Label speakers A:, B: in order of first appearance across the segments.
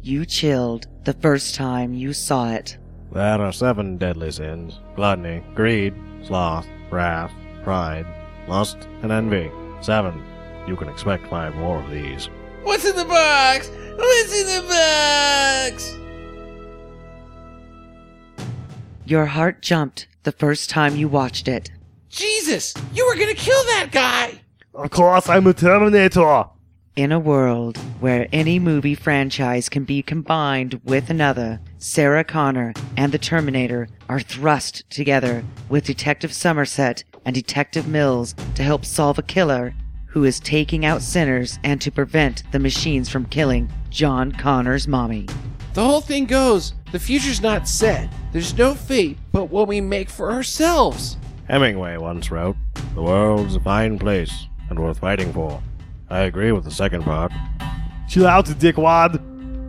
A: You chilled the first time you saw it.
B: There are seven deadly sins gluttony, greed, sloth, wrath, pride, lust, and envy. Seven. You can expect five more of these.
C: What's in the box? What's in the box?
A: Your heart jumped the first time you watched it.
C: Jesus, you were gonna kill that guy!
D: Of course, I'm a Terminator.
A: In a world where any movie franchise can be combined with another, Sarah Connor and the Terminator are thrust together with Detective Somerset and Detective Mills to help solve a killer who is taking out sinners and to prevent the machines from killing John Connor's mommy.
C: The whole thing goes the future's not set. There's no fate but what we make for ourselves.
B: Hemingway once wrote, The world's a fine place and worth fighting for. I agree with the second part.
D: Chill out, dickwad.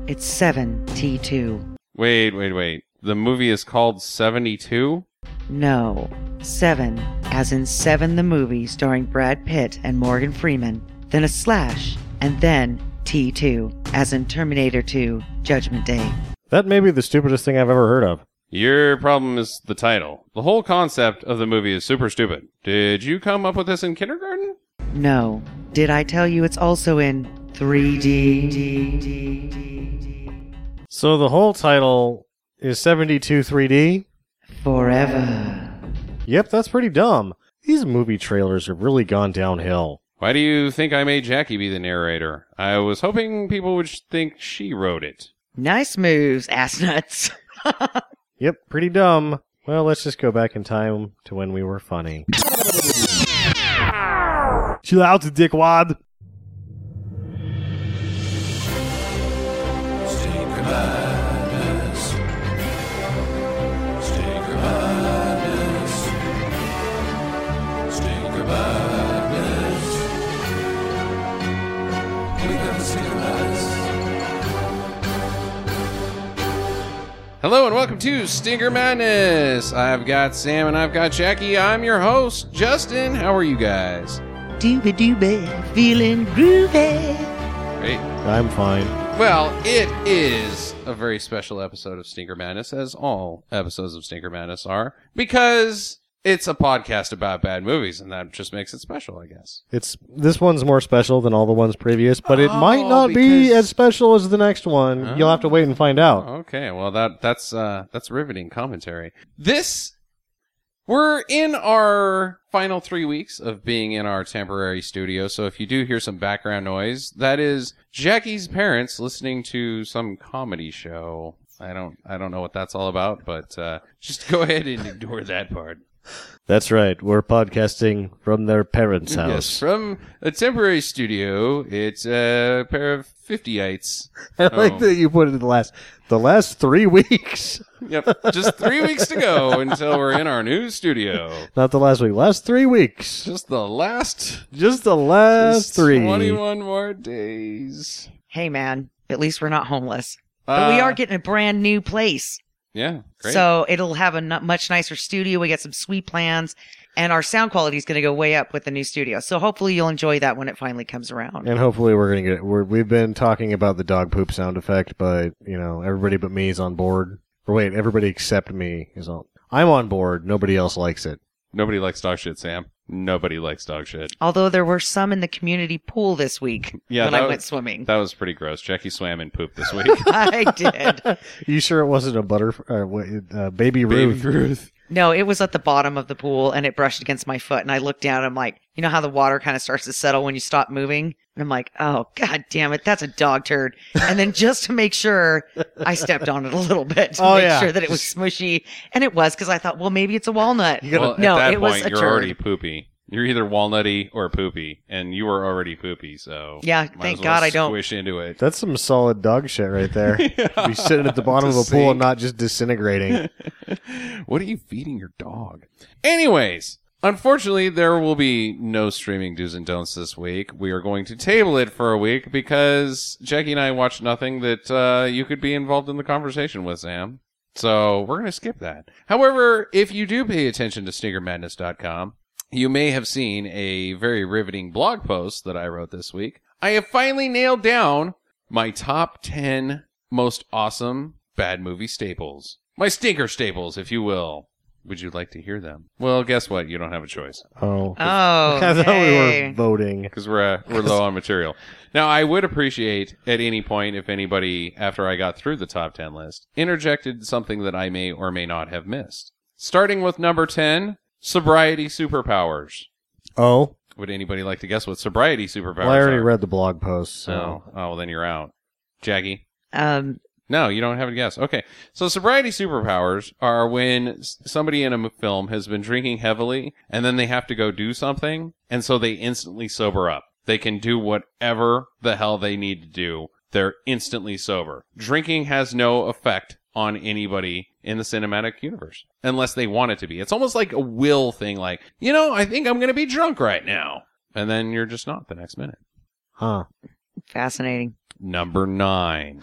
A: It's 7T2.
E: Wait, wait, wait. The movie is called 72?
A: No, 7, as in 7 the movie starring Brad Pitt and Morgan Freeman, then a slash, and then T2, as in Terminator 2 Judgment Day.
B: That may be the stupidest thing I've ever heard of.
E: Your problem is the title. The whole concept of the movie is super stupid. Did you come up with this in kindergarten?
A: No. Did I tell you it's also in 3D?
B: So the whole title is 72 3D?
A: Forever.
B: Yep, that's pretty dumb. These movie trailers have really gone downhill.
E: Why do you think I made Jackie be the narrator? I was hoping people would sh- think she wrote it.
A: Nice moves, ass nuts.
B: Yep, pretty dumb. Well, let's just go back in time to when we were funny.
D: Chill out, dickwad.
E: Hello and welcome to Stinger Madness. I've got Sam and I've got Jackie. I'm your host, Justin. How are you guys?
A: Dooba dooba, feeling groovy.
E: Great.
B: I'm fine.
E: Well, it is a very special episode of Stinker Madness, as all episodes of Stinker Madness are, because it's a podcast about bad movies, and that just makes it special, I guess.
B: It's this one's more special than all the ones previous, but it might
E: Oh,
B: not be
E: because- Oh.
B: as special as the next one. You'll have to wait and find out.
E: Okay, well that that's uh that's riveting commentary. This we're in our final 3 weeks of being in our temporary studio, so if you do hear some background noise, that is Jackie's parents listening to some comedy show. I don't I don't know what that's all about, but uh just go ahead and ignore that part.
B: That's right. We're podcasting from their parents' house.
E: Yes, Oh. from a temporary studio, it's a pair of 50ites.
B: I like that you put it in the last the last three weeks.
E: Yep, just 3 weeks to go until we're in our new studio.
B: Not the last week. Last three weeks.
E: Just the last
B: Just the last three.
E: 21 more days.
A: Hey, man, at least we're not homeless. But we
E: Uh,
A: are getting a brand new place.
E: Yeah, great.
A: So it'll have a nu- much nicer studio. We got some sweet plans, and our sound quality is going to go way up with the new studio. So hopefully you'll enjoy that when it finally comes around.
B: And hopefully we're gonna get. We're, we've been talking about the dog poop sound effect, but you know everybody but me is on board. Or wait, everybody except me is on. I'm on board. Nobody else likes it.
E: Nobody likes dog shit, Sam. Nobody likes dog shit.
A: Although there were some in the community pool this week
E: Yeah,
A: when
E: that
A: I
E: was-
A: went swimming.
E: That was pretty gross. Jackie swam in poop this week.
A: I did.
B: You sure it wasn't a butter? Uh, what, uh, baby
E: Baby
B: Ruth.
E: Ruth.
A: No, it was at the bottom of the pool and it brushed against my foot. And I looked down. I'm like, you know how the water kind of starts to settle when you stop moving? And I'm like, oh, God damn it. That's a dog turd. And then just to make sure, I stepped on it a little bit to
B: Oh,
A: make
B: yeah.
A: sure that it was smushy. And it was because I thought, well, maybe it's a walnut.
B: You gotta-
E: Well,
A: No,
E: at that
A: it was
E: point,
A: a
E: you're
A: turd.
E: already poopy. You're either walnutty or poopy, and you were already poopy, so.
A: Yeah,
E: might
A: thank
E: as well
A: God I don't-
E: Squish into it.
B: That's some solid dog shit right there. Be sitting at the bottom of
E: To
B: a pool
E: sink.
B: and not just disintegrating.
E: what are you feeding your dog? Anyways, unfortunately, there will be no streaming do's and don'ts this week. We are going to table it for a week because Jackie and I watched nothing that uh, you could be involved in the conversation with, Sam. So we're going to skip that. However, if you do pay attention to sneakermadness.com, you may have seen a very riveting blog post that I wrote this week. I have finally nailed down my top 10 most awesome bad movie staples. My stinker staples, if you will. Would you like to hear them? Well, guess what? You don't have a choice
B: Oh.
A: Oh,
B: I thought we
A: yay.
B: were voting.
E: because we're uh, we're low on material. Now, I would appreciate at any point if anybody after I got through the top ten list interjected something that I may or may not have missed. Starting with number ten, sobriety superpowers.
B: Oh,
E: Would anybody like to guess what sobriety superpowers
B: well, I already
E: are?
B: read the blog post. So.
E: Oh, oh, well, then you're out, Jackie.
A: Um,
E: No, you don't have a guess. Okay. So sobriety superpowers are when s- somebody in a m- film has been drinking heavily and then they have to go do something and so they instantly sober up. They can do whatever the hell they need to do. They're instantly sober. Drinking has no effect on anybody in the cinematic universe unless they want it to be. It's almost like a will thing like, you know, I think I'm going to be drunk right now. And then you're just not the next minute.
B: Huh.
A: fascinating.
E: Number 9.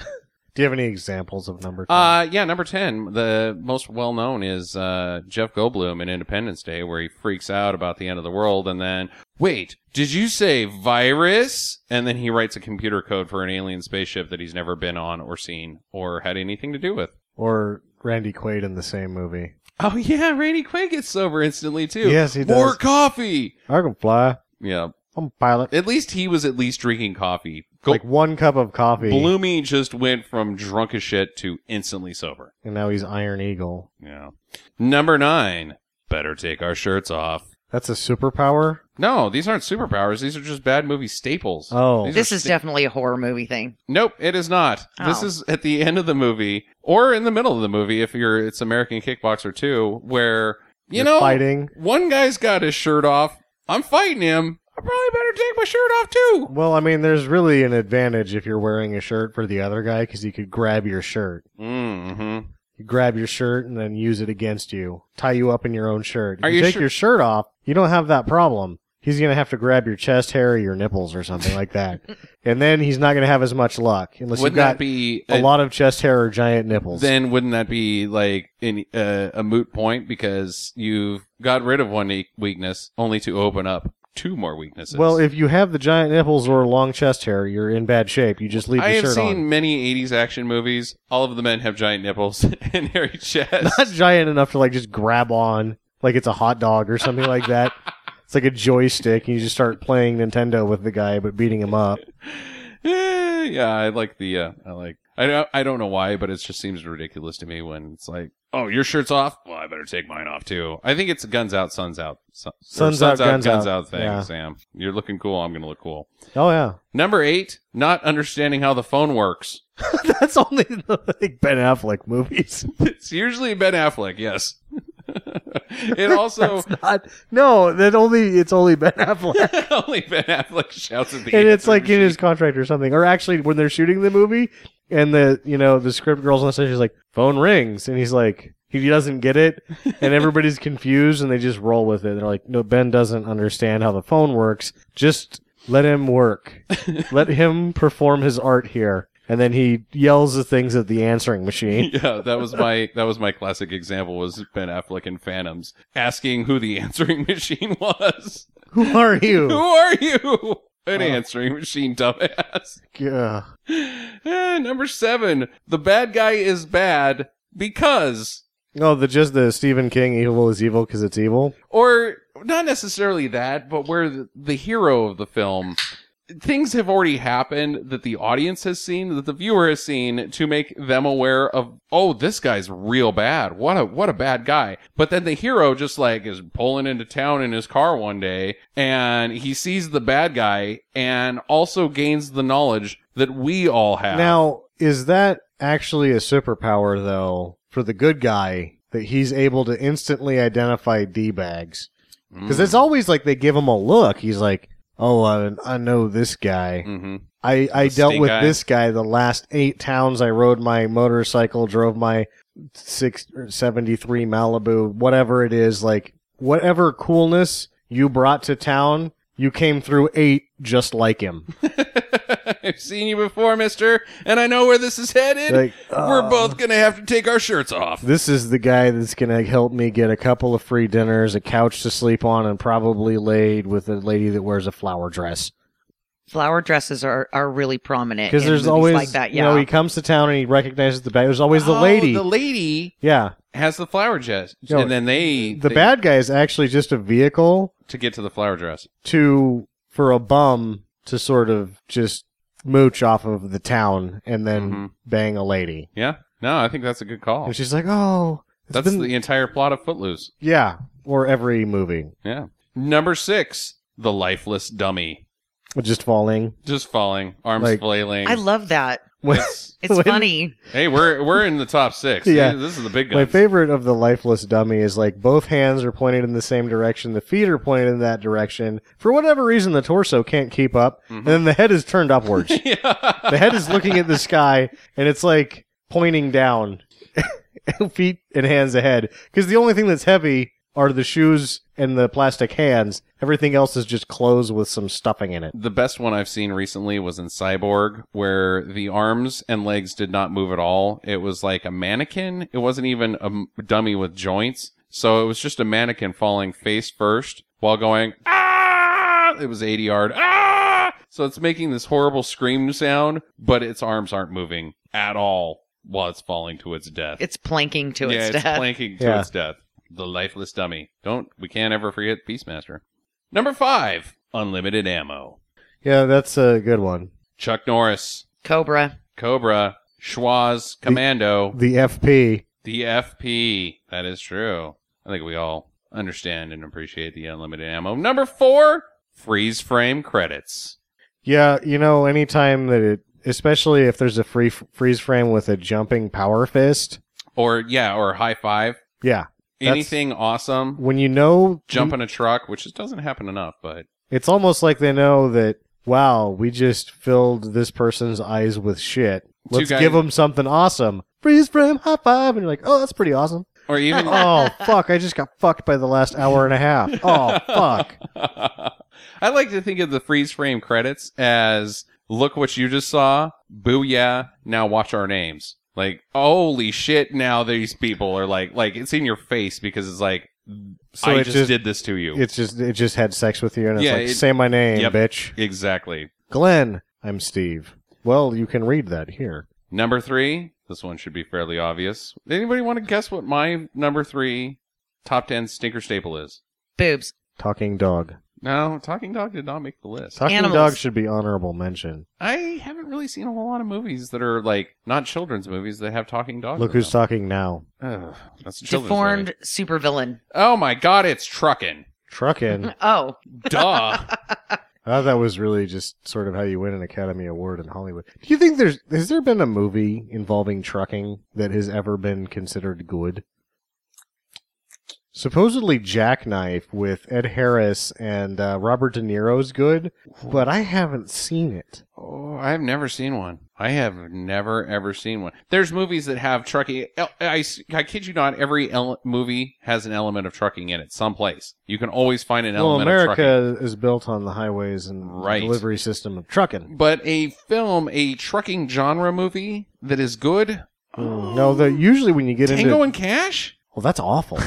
B: Do you have any examples of number 10?
E: Uh, yeah, number 10, the most well known is uh, Jeff Goldblum in Independence Day, where he freaks out about the end of the world and then, wait, did you say virus? And then he writes a computer code for an alien spaceship that he's never been on or seen or had anything to do with.
B: or Randy Quaid in the same movie?
E: Oh, yeah, Randy Quaid gets sober instantly, too.
B: Yes, he does.
E: More coffee.
B: I can fly.
E: Yeah,
B: I'm a pilot.
E: at least he was at least drinking coffee. Go-
B: like one cup of coffee,
E: Bloomy just went from drunk as shit to instantly sober.
B: and now he's Iron Eagle.
E: Yeah. Number nine, better take our shirts off.
B: That's a superpower.
E: No, these aren't superpowers. These are just bad movie staples.
B: Oh.
E: These are
A: This is
E: sta-
A: definitely a horror movie thing.
E: Nope, it is not. This
A: Oh.
E: is at the end of the movie or in the middle of the movie if you're it's American Kickboxer 2 where you
B: You're
E: know
B: fighting.
E: one guy's got his shirt off. I'm fighting him. I probably better take my shirt off too.
B: Well, I mean, there's really an advantage if you're wearing a shirt for the other guy because he could grab your shirt. Mm-hmm.
E: Mhm.
B: You grab your shirt and then use it against you. Tie you up in your own shirt. If
E: Are
B: you,
E: you
B: take
E: sure-
B: your shirt off, you don't have that problem. He's gonna have to grab your chest hair or your nipples or something like that, and then he's not gonna have as much luck unless
E: Wouldn't
B: you've got
E: that be
B: a lot of chest hair or giant nipples.
E: Then wouldn't that be like in, uh, a moot point because you've got rid of one e- weakness only to open up two more weaknesses?
B: well, if you have the giant nipples or long chest hair, you're in bad shape. You just leave
E: I
B: your
E: have
B: shirt
E: seen
B: on.
E: many 80s action movies. All of the men have giant nipples and hairy chests.
B: Not giant enough to like just grab on like it's a hot dog or something like that. It's like a joystick, and you just start playing Nintendo with the guy, but beating him up.
E: Eh, yeah, I like the. Uh, I like. I don't. I don't know why, but it just seems ridiculous to me when it's like, "Oh, your shirt's off. Well, I better take mine off too." I think it's guns out, suns out, sun, or
B: Suns out, guns
E: guns
B: out.
E: out thing.
B: Yeah.
E: Sam, you're looking cool. I'm gonna look cool.
B: Oh yeah,
E: Number eight, not understanding how the phone works.
B: that's only the like, Ben Affleck movies.
E: It's usually Ben Affleck. Yes. it also
B: It's not- no, that only it's only Ben Affleck.
E: only Ben Affleck shouts at the.
B: and it's
E: answer
B: like in
E: machine.
B: his contract or something. Or actually, when they're shooting the movie, and the you know the script girls on stage is like, "Phone rings," and he's like, he doesn't get it, and everybody's confused, and they just roll with it. They're like, "No, Ben doesn't understand how the phone works. Just let him work. let him perform his art here." And then he yells the things at the answering machine.
E: yeah, that was my that was my classic example was Ben Affleck in Phantoms asking who the answering machine was.
B: Who are
E: Who
B: you?
E: are you? An
B: Oh.
E: answering machine, dumbass.
B: Ugh.
E: Eh, number seven, the bad guy is bad because,
B: Oh, the just the Stephen King evil is evil because it's evil.
E: or not necessarily that, but where the, the hero of the film. Things have already happened that the audience has seen, that the viewer has seen, to make them aware of. Oh, this guy's real bad. What a what a bad guy. But then the hero just like is pulling into town in his car one day, and he sees the bad guy, and also gains the knowledge that we all have.
B: Now, is that actually a superpower though for the good guy that he's able to instantly identify d bags? Because
E: Mm.
B: it's always like they give him a look. He's like, "Oh, I, I know this guy.
E: hmm
B: I I
E: The
B: dealt
E: stink
B: with
E: eye.
B: this guy the last eight towns I rode my motorcycle, drove my six or seventy three Malibu, whatever it is. Like whatever coolness you brought to town." You came through eight just like him.
E: I've seen you before, mister, and I know where this is headed.
B: Like,
E: We're
B: "Oh."
E: both going to have to take our shirts off.
B: This is the guy that's going to help me get a couple of free dinners, a couch to sleep on, and probably laid with a lady that wears a flower dress.
A: flower dresses are, are really prominent.
B: Because
A: in
B: there's
A: movies
B: always,
A: like that. Yeah,
B: you know, he comes to town and he recognizes the bad. There's always the
E: Oh,
B: lady.
E: The lady
B: yeah,
E: has the flower dress,
B: No,
E: and then they
B: the
E: they-
B: bad guy is actually just a vehicle
E: to get to the flower dress.
B: to for a bum to sort of just mooch off of the town and then
E: Mhm.
B: bang a lady.
E: Yeah, no, I think that's a good call.
B: And she's like, "Oh, it's
E: That's
B: been-
E: the entire plot of Footloose.
B: yeah." Or every movie,
E: Yeah. Number six, the lifeless dummy,
B: just falling.
E: just falling, arms
B: Like-
E: flailing.
A: I love that.
E: It's-
A: It's
B: When-
A: funny.
E: hey, we're we're in the top six.
B: Yeah.
E: this is the big guy.
B: My favorite of the lifeless dummy is like both hands are pointed in the same direction, the feet are pointed in that direction. For whatever reason, the torso can't keep up, and then the head is turned upwards. the head is looking at the sky, and it's like pointing down, feet and hands ahead. Because the only thing that's heavy are the shoes and the plastic hands. Everything else is just clothes with some stuffing in it.
E: The best one I've seen recently was in Cyborg, where the arms and legs did not move at all. It was like a mannequin. It wasn't even a m- dummy with joints. So it was just a mannequin falling face first while going, ah! It was 80 yard, ah! So it's making this horrible scream sound, but its arms aren't moving at all while it's falling to its death.
A: It's planking to
E: yeah,
A: its
E: it's
A: death.
E: planking to
B: Yeah.
E: its death. The lifeless dummy. Don't, we can't ever forget Beastmaster. Number five, unlimited ammo.
B: Yeah, that's a good one.
E: Chuck Norris,
A: Cobra.
E: Cobra, Schwaz, Commando,
B: The FP.
E: the FP. That is true. I think we all understand and appreciate the unlimited ammo. Number four, freeze frame credits.
B: Yeah, you know, anytime that it, especially if there's a free freeze frame with a jumping power fist.
E: Or, yeah, or high five.
B: Yeah, That's-
E: Anything awesome.
B: when you know
E: Jump in a truck, which just doesn't happen enough, but
B: It's almost like they know that, wow, we just filled this person's eyes with shit.
E: Two
B: Let's
E: guys-
B: give them something awesome. Freeze frame, high five. And you're like, oh, that's pretty awesome.
E: or even
B: oh, fuck. I just got fucked by the last hour and a half. Oh, fuck.
E: I like to think of the freeze frame credits as look what you just saw, booyah, now watch our names. Like, holy shit, now these people are like, like, it's in your face because it's like,
B: So
E: I
B: it
E: just,
B: just-
E: did this to you.
B: It's just, it just had sex with you. And it's
E: Yeah,
B: like,
E: it-
B: say my name,
E: Yep.
B: bitch.
E: exactly.
B: Glenn, I'm Steve. Well, you can read that here.
E: Number three, this one should be fairly obvious. Anybody want to guess what my number three top 10 stinker staple is?
A: Boobs.
B: Talking dog.
E: No, Talking Dog did not make the list.
B: Talking
A: Animals.
B: dog should be honorable mention.
E: I haven't really seen a whole lot of movies that are like not children's movies that have talking dogs.
B: Look
E: in them.
B: who's talking now.
E: Ugh, that's a children's
A: Deformed
E: movie.
A: supervillain.
E: Oh my god, it's trucking.
B: Truckin.
A: Oh,
E: Duh.
B: I thought that was really just sort of how you win an Academy Award in Hollywood. Do you think there's has there been a movie involving trucking that has ever been considered good? Supposedly Jackknife with Ed Harris and uh, Robert De Niro's good, but I haven't seen it.
E: oh, I've never seen one. I have never ever seen one. There's movies that have trucking. el- I, s- I kid you not. Every ele- movie has an element of trucking in it, someplace. You can always find an
B: Well,
E: element of trucking.
B: America is built on the highways and
E: Right.
B: delivery system of trucking.
E: But a film, a trucking genre movie that is good. Mm.
B: No, the usually when you get into
E: Tango and Cash.
B: well, Oh, that's awful.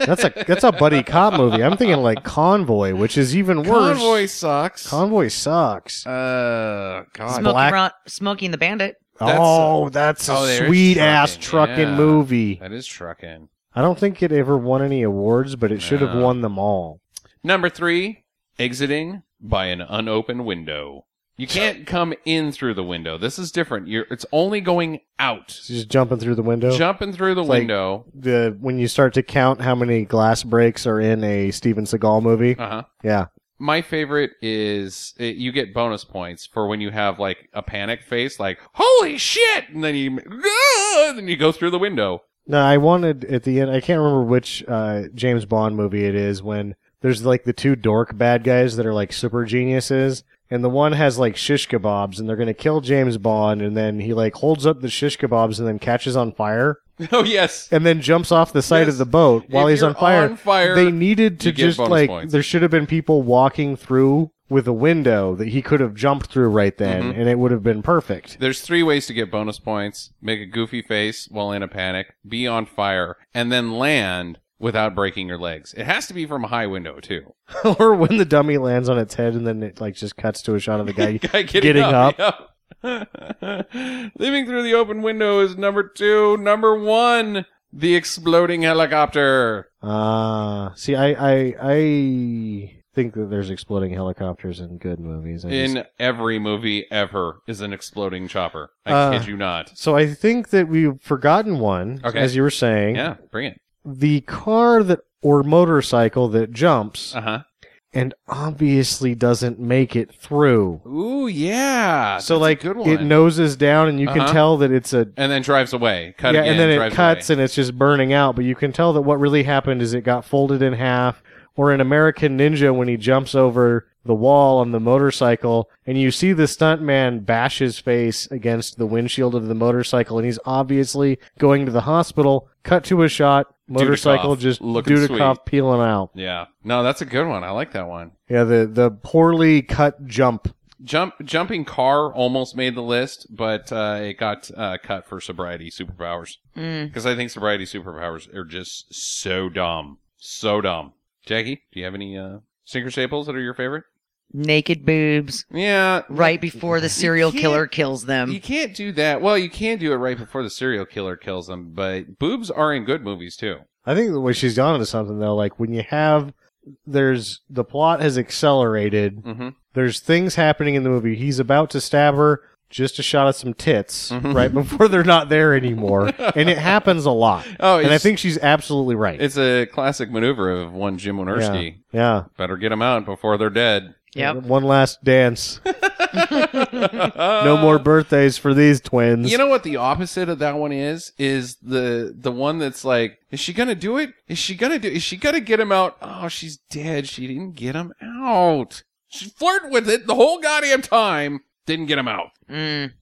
B: that's a that's a buddy cop movie. I'm thinking like Convoy, which is even worse.
E: Convoy sucks.
B: Convoy sucks.
E: uh, God.
A: smoking,
B: black-
A: Ro- smoking the bandit.
E: That's
B: oh, that's a
E: oh, there's
B: sweet ass
E: trucking,
B: trucking
E: yeah.
B: movie.
E: that is trucking.
B: I don't think it ever won any awards, but it should have
E: No.
B: won them all.
E: Number three, exiting by an unopened window. You can't come in through the window. This is different. You're it's only going out.
B: So just jumping through the window.
E: Jumping through the
B: It's like-
E: window.
B: the when you start to count how many glass breaks are in a Steven Seagal movie.
E: uh huh.
B: Yeah.
E: My favorite is it, you get bonus points for when you have like a panic face, like "Holy shit!" and then you "Ah!" and then you go through the window.
B: No, I wanted at the end. I can't remember which uh, James Bond movie it is when there's like the two dork bad guys that are like super geniuses, and the one has like shish kebabs, and they're gonna kill James Bond, and then he like holds up the shish kebabs and then catches on fire.
E: oh yes,
B: and then jumps off the side
E: Yes.
B: of the boat while
E: If
B: he's
E: you're
B: on fire.
E: on fire,
B: They needed to
E: you get
B: just
E: bonus
B: like
E: points.
B: there should have been people walking through with a window that he could have jumped through right then,
E: Mhm.
B: and it would have been perfect.
E: There's three ways to get bonus points: make a goofy face while in a panic, be on fire, and then land without breaking your legs. It has to be from a high window too.
B: or when the dummy lands on its head and then it like just cuts to a shot of the guy.
E: Guy getting,
B: Getting
E: up. yep. Leaving through the open window is number two. Number one, the exploding helicopter.
B: Ah, see, I, I, I think that there's exploding helicopters in good movies. I just-
E: In every movie ever is an exploding chopper. I
B: Uh,
E: kid you not.
B: so I think that we've forgotten one,
E: Okay.
B: as you were saying.
E: Yeah, bring it.
B: The car that or motorcycle that jumps
E: Uh huh.
B: and obviously doesn't make it through.
E: Ooh, yeah.
B: so
E: That's a
B: like
E: good
B: it
E: one.
B: noses down and you
E: Uh-huh.
B: can tell that it's a
E: and then drives away. Cut
B: yeah,
E: again,
B: and then it
E: drives
B: cuts
E: away.
B: and it's just burning out. But you can tell that what really happened is it got folded in half. Or an American Ninja when he jumps over the wall on the motorcycle, and you see the stuntman bash his face against the windshield of the motorcycle, and he's obviously going to the hospital. Cut to a shot, motorcycle
E: Dudikoff,
B: just
E: looking
B: Dudikoff peeling out.
E: Yeah. No, that's a good one. I like that one.
B: Yeah, the the poorly cut jump.
E: Jump jumping car almost made the list, but uh, it got uh, cut for sobriety superpowers
A: Mm.
E: because I think sobriety superpowers are just so dumb, so dumb. Jackie, do you have any uh, sinker staples that are your favorite?
A: Naked boobs
E: Yeah,
A: right before the serial
E: can't-
A: killer kills
E: You
A: them.
E: can't do that. Well, you can do it right before the serial killer kills them, but boobs are in good movies too.
B: I think the way she's gone into something though, like when you have there's the plot has accelerated.
E: hmm
B: there's things happening in the movie. He's about to stab her, just a shot at some tits
E: Mhm.
B: right before they're not there anymore, and it happens a lot.
E: Oh,
B: and I
E: it's-
B: think she's absolutely right.
E: It's a classic maneuver of one Jim Wynorski.
B: yeah,
E: Better get them out before they're dead.
A: Yep.
B: one last dance.
E: no
B: No more birthdays for these twins.
E: You know what the opposite of that one is? Is the the one that's like, is she gonna do it? Is she gonna do? Is she gonna get him out? Oh, she's dead. She didn't get him out. She flirted with it the whole goddamn time. Didn't get him out.
A: Mm.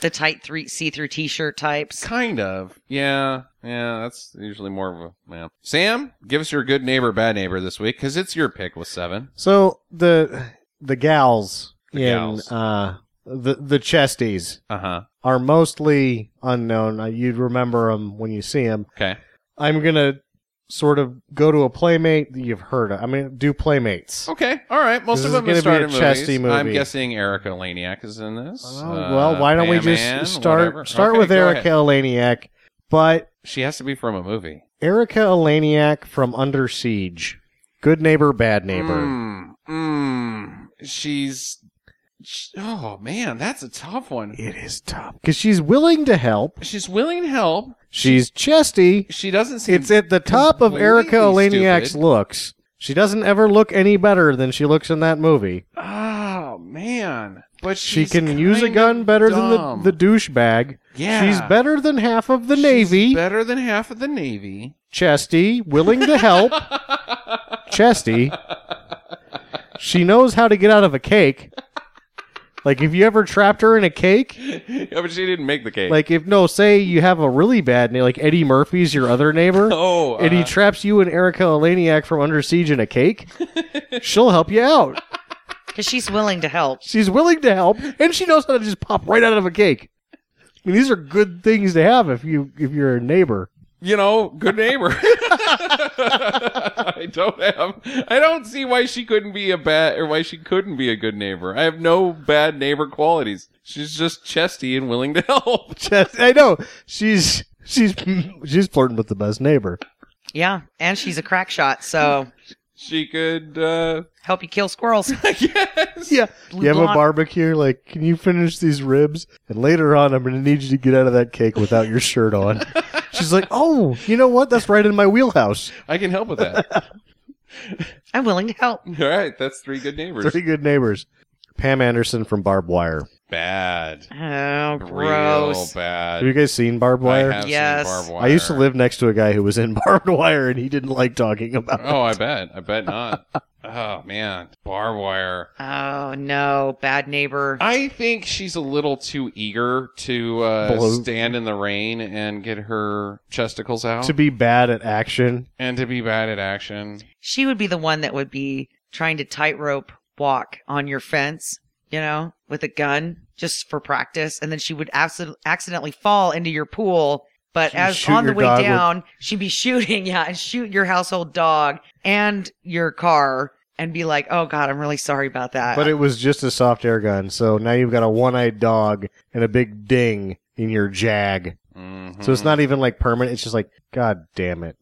A: The tight three see-through T-shirt types.
E: Kind of. Yeah. Yeah. That's usually more of a yeah. Sam, give us your good neighbor, bad neighbor this week because it's your pick with seven.
B: so the the gals
E: The
B: in
E: gals.
B: uh the the chesties
E: Uh huh.
B: are mostly unknown. Uh, You'd remember them when you see them.
E: Okay.
B: I'm gonna sort of go to a playmate that you've heard of. I mean, do playmates.
E: Okay. All right. Most
B: This
E: of
B: is
E: them
B: gonna
E: have
B: be
E: started
B: a chesty
E: movies. I'm
B: movie.
E: guessing Erica Laniak is in this.
B: Oh, well,
E: Uh,
B: why don't we
E: Pam
B: just
E: Ann,
B: start
E: whatever.
B: start
E: Okay,
B: with
E: go
B: Erica
E: ahead.
B: Elaniak? But
E: She has to be from a movie.
B: Erica Elaniak from Under Siege, good neighbor, bad neighbor.
E: Mm, mm. she's. sh- Oh man, that's a tough one.
B: It is tough because she's willing to help.
E: She's willing to help.
B: She's chesty.
E: She doesn't seem.
B: It's at the top of Erica
E: completely
B: Elaniak's
E: stupid.
B: looks. She doesn't ever look any better than she looks in that movie.
E: Oh man, but
B: She
E: she's
B: can use a
E: kinda
B: gun better
E: dumb.
B: than the, the douchebag.
E: Yeah.
B: She's better than half of the
E: She's
B: Navy.
E: better than half of the navy.
B: chesty, willing to help. chesty. She knows how to get out of a cake. Like if you ever trapped her in a cake,
E: yeah, but she didn't make the cake.
B: like if no, say you have a really bad name, like Eddie Murphy's your other neighbor,
E: oh,
B: and he
E: uh,
B: traps you and Erica Elaniak from Under Siege in a cake, she'll help you out.
A: Because she's willing to help.
B: She's willing to help, and she knows how to just pop right out of a cake. I mean, these are good things to have if you if you're a neighbor.
E: you know, good neighbor. I don't have. I don't see why she couldn't be a bad or why she couldn't be a good neighbor. I have no bad neighbor qualities. She's just chesty and willing to help.
B: Just- I know she's she's she's flirting with the best neighbor.
A: Yeah, and she's a crack shot, so
E: She could, uh,
A: help you kill squirrels.
E: I guess.
B: Yeah. You have a
A: Lot-
B: barbecue? Like, can you finish these ribs? And later on, I'm going to need you to get out of that cake without your shirt on. She's like, oh, you know what? That's right in my wheelhouse.
E: I can help with that.
A: I'm willing to help.
E: All right, that's three good neighbors.
B: Pretty good neighbors. Pam Anderson from Barbed Wire.
E: Bad.
A: Oh,
E: Real
A: gross.
E: bad.
B: Have you guys seen Barbed
E: I
B: Wire?
E: have seen
A: Yes.
E: barbed
B: I used to
E: wire.
B: live next to a guy who was in Barbed Wire, and he didn't like talking about it.
E: Oh, I bet. I bet not. oh man, barbed wire.
A: Oh no, bad neighbor.
E: I think she's a little too eager to uh,
B: Blow.
E: stand in the rain and get her chesticles out
B: To be bad at action.
E: and to be bad at action.
A: She would be the one that would be trying to tightrope walk on your fence, you know, with a gun just for practice, and then she would abso- accidentally fall into your pool But
B: She'd
A: as
B: shoot
A: on the
B: your
A: way
B: dog with-
A: down, she'd be shooting, yeah, and shoot your household dog and your car and be like, oh God, I'm really sorry about that.
B: But it was just a soft air gun, so now you've got a one-eyed dog and a big ding in your jag.
E: Mhm.
B: So it's not even like permanent. It's just like, God damn it!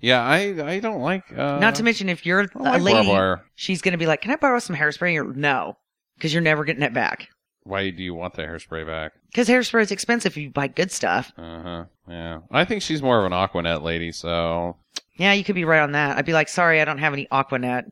E: Yeah, I I don't like. Uh,
A: Not to mention, if you're a
B: Oh,
E: I don't like barbed
A: lady,
E: wire.
A: she's going to be like, can I borrow some hairspray? Or, no, because you're never getting it back.
E: Why do you want the hairspray back?
A: Because hairspray is expensive if you buy good stuff.
E: Uh huh. Yeah, I think she's more of an Aquanet lady. So
A: Yeah, you could be right on that. I'd be like, sorry, I don't have any Aquanet.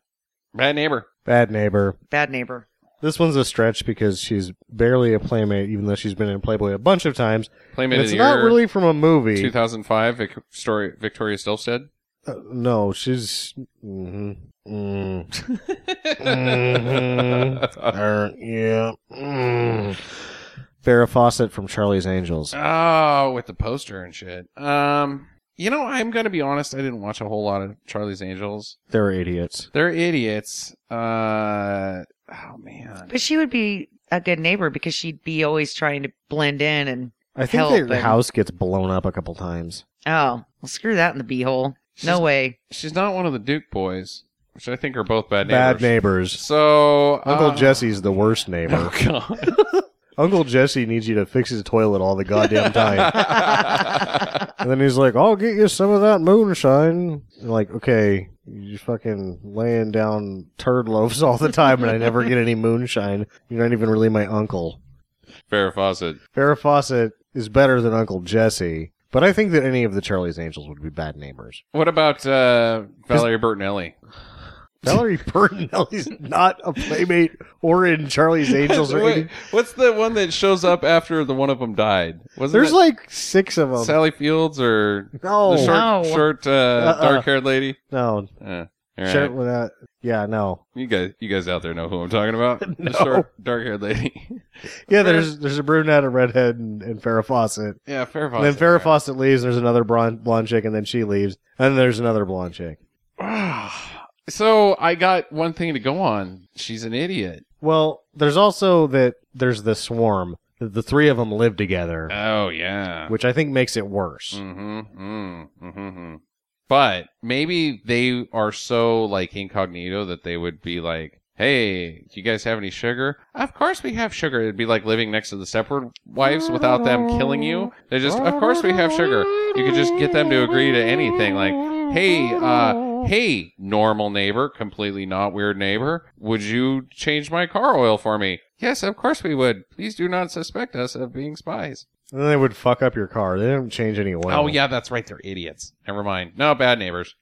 E: bad neighbor.
B: Bad neighbor.
A: Bad neighbor.
B: This one's a stretch because she's barely a playmate, even though she's been in Playboy a bunch of times. And
E: Playmate of
B: it's
E: the
B: not
E: year,
B: really from a movie.
E: 2005. Vic- story Victoria Stilstead.
B: Uh, no, she's. Mm-hmm. Mm. Mhm. Er, yeah. Mm. Farrah Fawcett from Charlie's Angels.
E: Oh, with the poster and shit. Um, you know, I'm gonna be honest. I didn't watch a whole lot of Charlie's Angels.
B: They're idiots.
E: They're idiots. Uh, oh man.
A: But she would be a good neighbor because she'd be always trying to blend in and,
B: I think
A: Help
B: their
A: them.
B: house gets blown up a couple times.
A: oh, well, screw that in the beehole. No way.
E: She's not one of the Duke boys, which I think are both bad neighbors.
B: Bad neighbors.
E: So
B: Uncle
A: Ah.
E: uh,
B: Jesse's the worst neighbor.
E: Oh god.
B: Uncle Jesse needs you to fix his toilet all the goddamn time. and then he's like, I'll get you some of that moonshine. And like, okay, you're fucking laying down turd loaves all the time and I never get any moonshine. You're not even really my uncle.
E: Farrah Fawcett.
B: Farrah Fawcett is better than Uncle Jesse, but I think that any of the Charlie's Angels would be bad neighbors.
E: What about uh, Valerie Bertinelli?
B: Valerie Bertinelli's not a playmate or in Charlie's Angels or
E: Wait,
B: anything.
E: what's the one that shows up after the one of them died? Wasn't
B: There's
E: it
B: like six of them.
E: Sally Fields or
B: no,
E: the short,
A: No.
E: short uh,
B: Uh-uh.
E: dark-haired lady?
B: no,
E: Uh, all right.
B: Share it with that. Yeah, no.
E: You guys, you guys out there know who I'm talking about?
B: No.
E: The short, dark-haired lady.
B: Yeah, there's there's a brunette, a redhead, and, and Farrah Fawcett.
E: yeah, Farrah
B: And
E: Fawcett.
B: then Farrah
E: right.
B: Fawcett leaves. And there's another blonde, blonde chick, and then she leaves. And then there's another blonde chick.
E: so I got one thing to go on. She's an idiot.
B: Well, there's also that there's the swarm. The, the three of them live together,
E: Oh yeah.
B: which I think makes it worse.
E: Mm-hmm. Mm-hmm. mm-hmm. But maybe they are so like incognito that they would be like, "Hey, do you guys have any sugar?" Of course we have sugar. It'd be like living next to the separate wives without them killing you. They just, of course we have sugar. You could just get them to agree to anything. Like, hey, uh, hey, normal neighbor, completely not weird neighbor, would you change my car oil for me? Yes, of course we would. Please do not suspect us of being spies.
B: And then they would fuck up your car. They didn't change any oil.
E: Oh yeah, that's right. They're idiots. Never mind. No bad neighbors.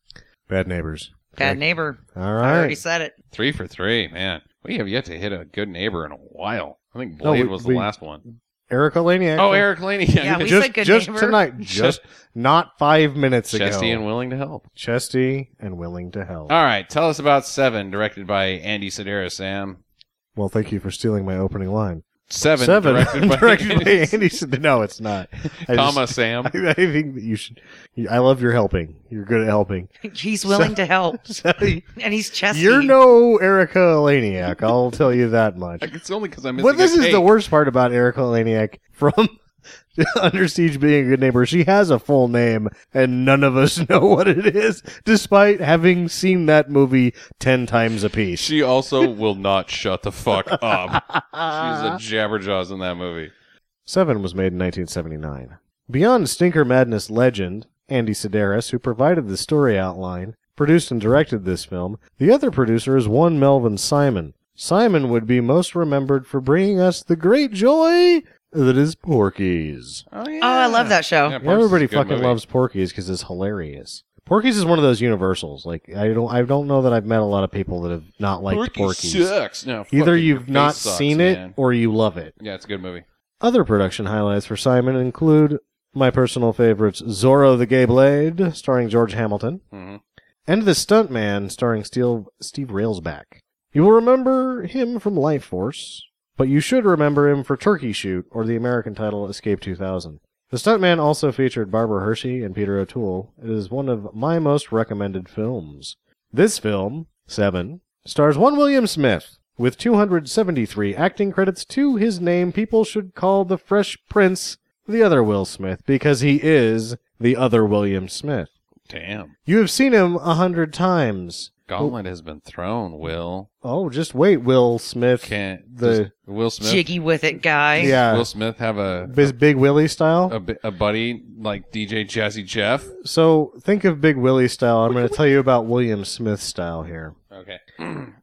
B: bad neighbors.
A: Bad neighbor.
B: All
A: I already
B: right.
A: said it.
E: Three for three, man. We have yet to hit a good neighbor in a while. I think
B: No,
E: Blade
B: we-
E: was the
B: we-
E: last one.
B: Erica Laniak.
E: Oh, Eric Laney.
A: Yeah, we
B: Just,
A: said good
B: just
A: neighbor.
B: tonight, just not five minutes ago.
E: Chesty and willing to help.
B: Chesty and willing to help.
E: All right, tell us about Seven, directed by Andy Sedaris. Sam
B: Well, thank you for stealing my opening line.
E: Seven, directed by, Andy,
B: Andy. Sid- No, it's not. I just-
E: comma Sam.
B: I, I think that you should. You, I love your helping. You're good at helping.
A: He's willing to help.
B: So,
A: And he's chesty.
B: you're no Erica Laniak. I'll tell you that much.
E: It's only because I'm missing.
B: Well, this
E: a
B: is the
E: cake.
B: worst part about Erica Laniak from Under Siege being a good neighbor. She has a full name, and none of us know what it is, despite having seen that movie ten times apiece.
E: She also will not shut the fuck up. She's a jabberjaws in that movie.
B: Seven was made in 1979. Beyond Stinker Madness legend, Andy Sedaris, who provided the story outline, produced and directed this film, the other producer is one Melvin Simon. Simon would be most remembered for bringing us the great joy that is Porky's.
E: Oh yeah.
A: Oh, I love that show.
E: Yeah, Porky's
B: Everybody
E: is a good
B: fucking
E: movie.
B: loves Porky's because it's hilarious. Porky's is one of those universals. Like I don't, I don't know that I've met a lot of people that have not liked
E: Porky
B: Porky's.
E: sucks. No,
B: Either
E: fucking your
B: you've
E: face
B: not
E: sucks,
B: seen
E: man.
B: it or you love it.
E: Yeah, it's a good movie.
B: Other production highlights for Simon include my personal favorites Zorro the Gay Blade, starring George Hamilton,
E: hmm
B: and The Stuntman, starring Steel, Steve Railsback. You will remember him from Life Force, but you should remember him for Turkey Shoot or the American title Escape 2000. The Stuntman also featured Barbara Hershey and Peter O'Toole. It is one of my most recommended films. This film, Seven, stars one William Smith. With 273 acting credits to his name, people should call the Fresh Prince the other Will Smith because he is the other William Smith.
E: Damn.
B: You have seen him a hundred times.
E: Gauntlet has been thrown, Will.
B: Oh, just wait, Will Smith.
E: Can't
B: The-
E: does Will Smith
A: Jiggy with it, guy.
B: yeah,
E: Will Smith have a
B: Biz Big Willie style.
E: a, bi- a buddy like DJ Jazzy Jeff?
B: so think of Big Willie style. I'm going to tell you about William Smith style here.
E: Okay.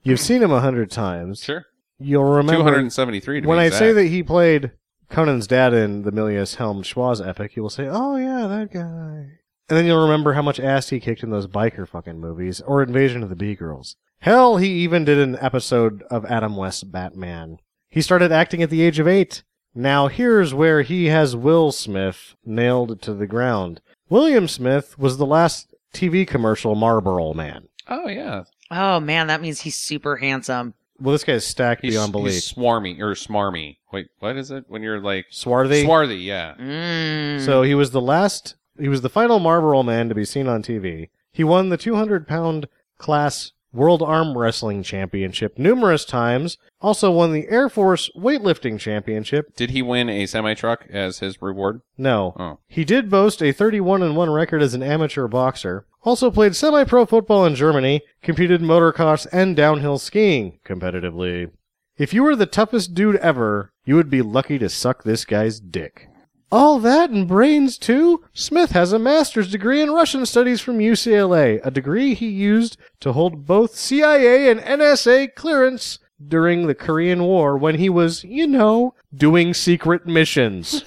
B: You've seen him a hundred times.
E: Sure.
B: You'll remember
E: 273 to
B: when
E: be
B: I
E: exact.
B: say that he played Conan's dad in the Milius Helm Schwaz epic, you will say, "Oh yeah, that guy." And then you'll remember how much ass he kicked in those biker fucking movies or Invasion of the Bee Girls. Hell, he even did an episode of Adam West's Batman. He started acting at the age of eight. Now here's where he has Will Smith nailed to the ground. William Smith was the last TV commercial Marlboro Man.
E: Oh yeah.
A: Oh man, that means he's super handsome.
B: Well, this guy's stacked
E: He's,
B: beyond belief.
E: he's swarmy or smarmy. Wait, what is it when you're like
B: Swarthy.
E: swarthy? Yeah.
A: Mm.
B: So he was the last, he was the final Marlboro man to be seen on TV. He won the 200 pound class World Arm Wrestling Championship numerous times, also won the Air Force Weightlifting Championship.
E: Did he win a semi truck as his reward?
B: No.
E: Oh.
B: He did boast a 31 and 1 record as an amateur boxer. Also played semi pro football in Germany, competed in motocross and downhill skiing competitively. If you were the toughest dude ever, you would be lucky to suck this guy's dick. All that and brains too? Smith has a master's degree in Russian studies from UCLA, a degree he used to hold both CIA and NSA clearance during the Korean War when he was, you know, doing secret missions.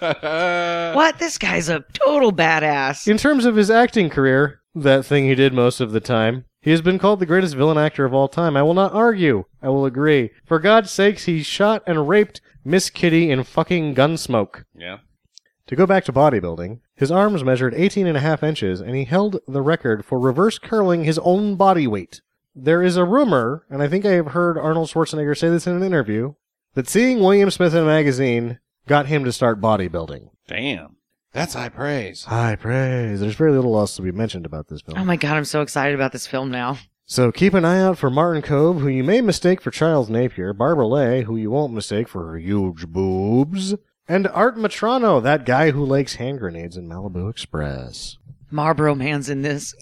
A: what? This guy's a total badass.
B: In terms of his acting career, that thing he did most of the time, he has been called the greatest villain actor of all time. I will not argue. I will agree. For God's sakes, he shot and raped Miss Kitty in fucking Gunsmoke.
E: Yeah.
B: To go back to bodybuilding, his arms measured 18 and a half inches, and he held the record for reverse curling his own body weight. There is a rumor, and I think I have heard Arnold Schwarzenegger say this in an interview, that seeing William Smith in a magazine got him to start bodybuilding.
E: Damn. That's high praise.
B: High praise. There's very little else to be mentioned about this film.
A: Oh my god, I'm so excited about this film now.
B: So keep an eye out for Martin Cove, who you may mistake for Charles Napier, Barbara Lay, who you won't mistake for her huge boobs, and Art Matrano, that guy who likes hand grenades in Malibu Express.
A: Marlboro Man's in this.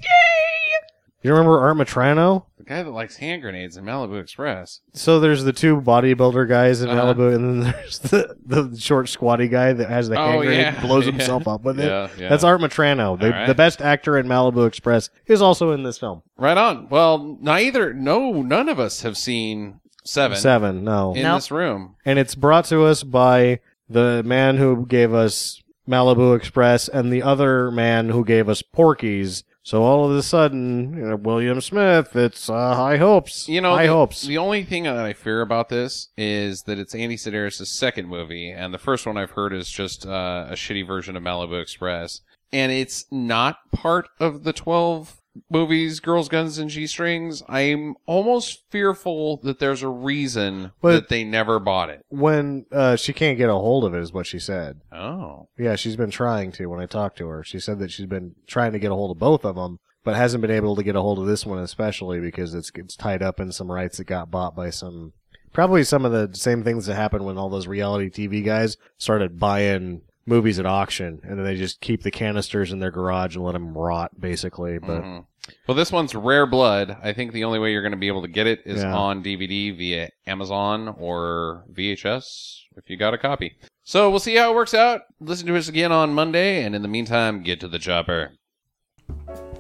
B: You remember Art Matrano?
E: The guy that likes hand grenades in Malibu Express.
B: So there's the two bodybuilder guys in
E: Uh-huh.
B: Malibu, and then there's the, the short squatty guy that has the hand
E: Oh,
B: grenade
E: yeah.
B: and blows
E: Yeah.
B: himself up with it.
E: Yeah, yeah.
B: That's Art Matrano, the,
E: All right.
B: the best actor in Malibu Express, is also in this film.
E: Right on. Well, neither, no, none of us have seen Seven,
B: Seven, no.
E: in
A: No.
E: this room.
B: and it's brought to us by the man who gave us Malibu Express and the other man who gave us Porky's. So all of a sudden, you know, William Smith, it's uh, high hopes.
E: You know,
B: high
E: the,
B: hopes.
E: the only thing that I fear about this is that it's Andy Sedaris' second movie, and the first one I've heard is just uh, a shitty version of Malibu Express, and it's not part of the twelve movies, Girls, Guns, and G Strings. I'm almost fearful that there's a reason
B: But-
E: that they never bought it.
B: when uh, she can't get a hold of it, is what she said.
E: Oh,
B: Yeah, she's been trying to. When I talked to her, she said that she's been trying to get a hold of both of them, but hasn't been able to get a hold of this one especially because it's it's tied up in some rights that got bought by some probably some of the same things that happened when all those reality TV guys started buying movies at auction and then they just keep the canisters in their garage and let them rot basically. But
E: Mhm. well, this one's Rare Blood. I think the only way you're going to be able to get it is
B: Yeah.
E: on DVD via Amazon or VHS if you got a copy. So we'll see how it works out. Listen to us again on Monday, and in the meantime, get to the chopper.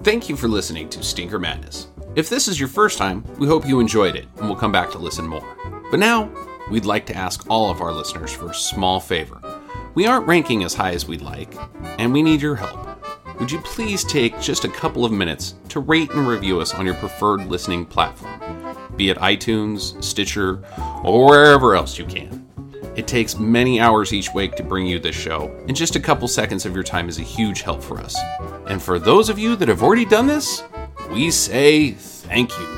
F: Thank you for listening to Stinker Madness. If this is your first time, we hope you enjoyed it and we'll come back to listen more. But now, we'd like to ask all of our listeners for a small favor. We aren't ranking as high as we'd like, and we need your help. Would you please take just a couple of minutes to rate and review us on your preferred listening platform, be it iTunes, Stitcher, or wherever else you can? It takes many hours each week to bring you this show, and just a couple seconds of your time is a huge help for us. And for those of you that have already done this, we say thank you.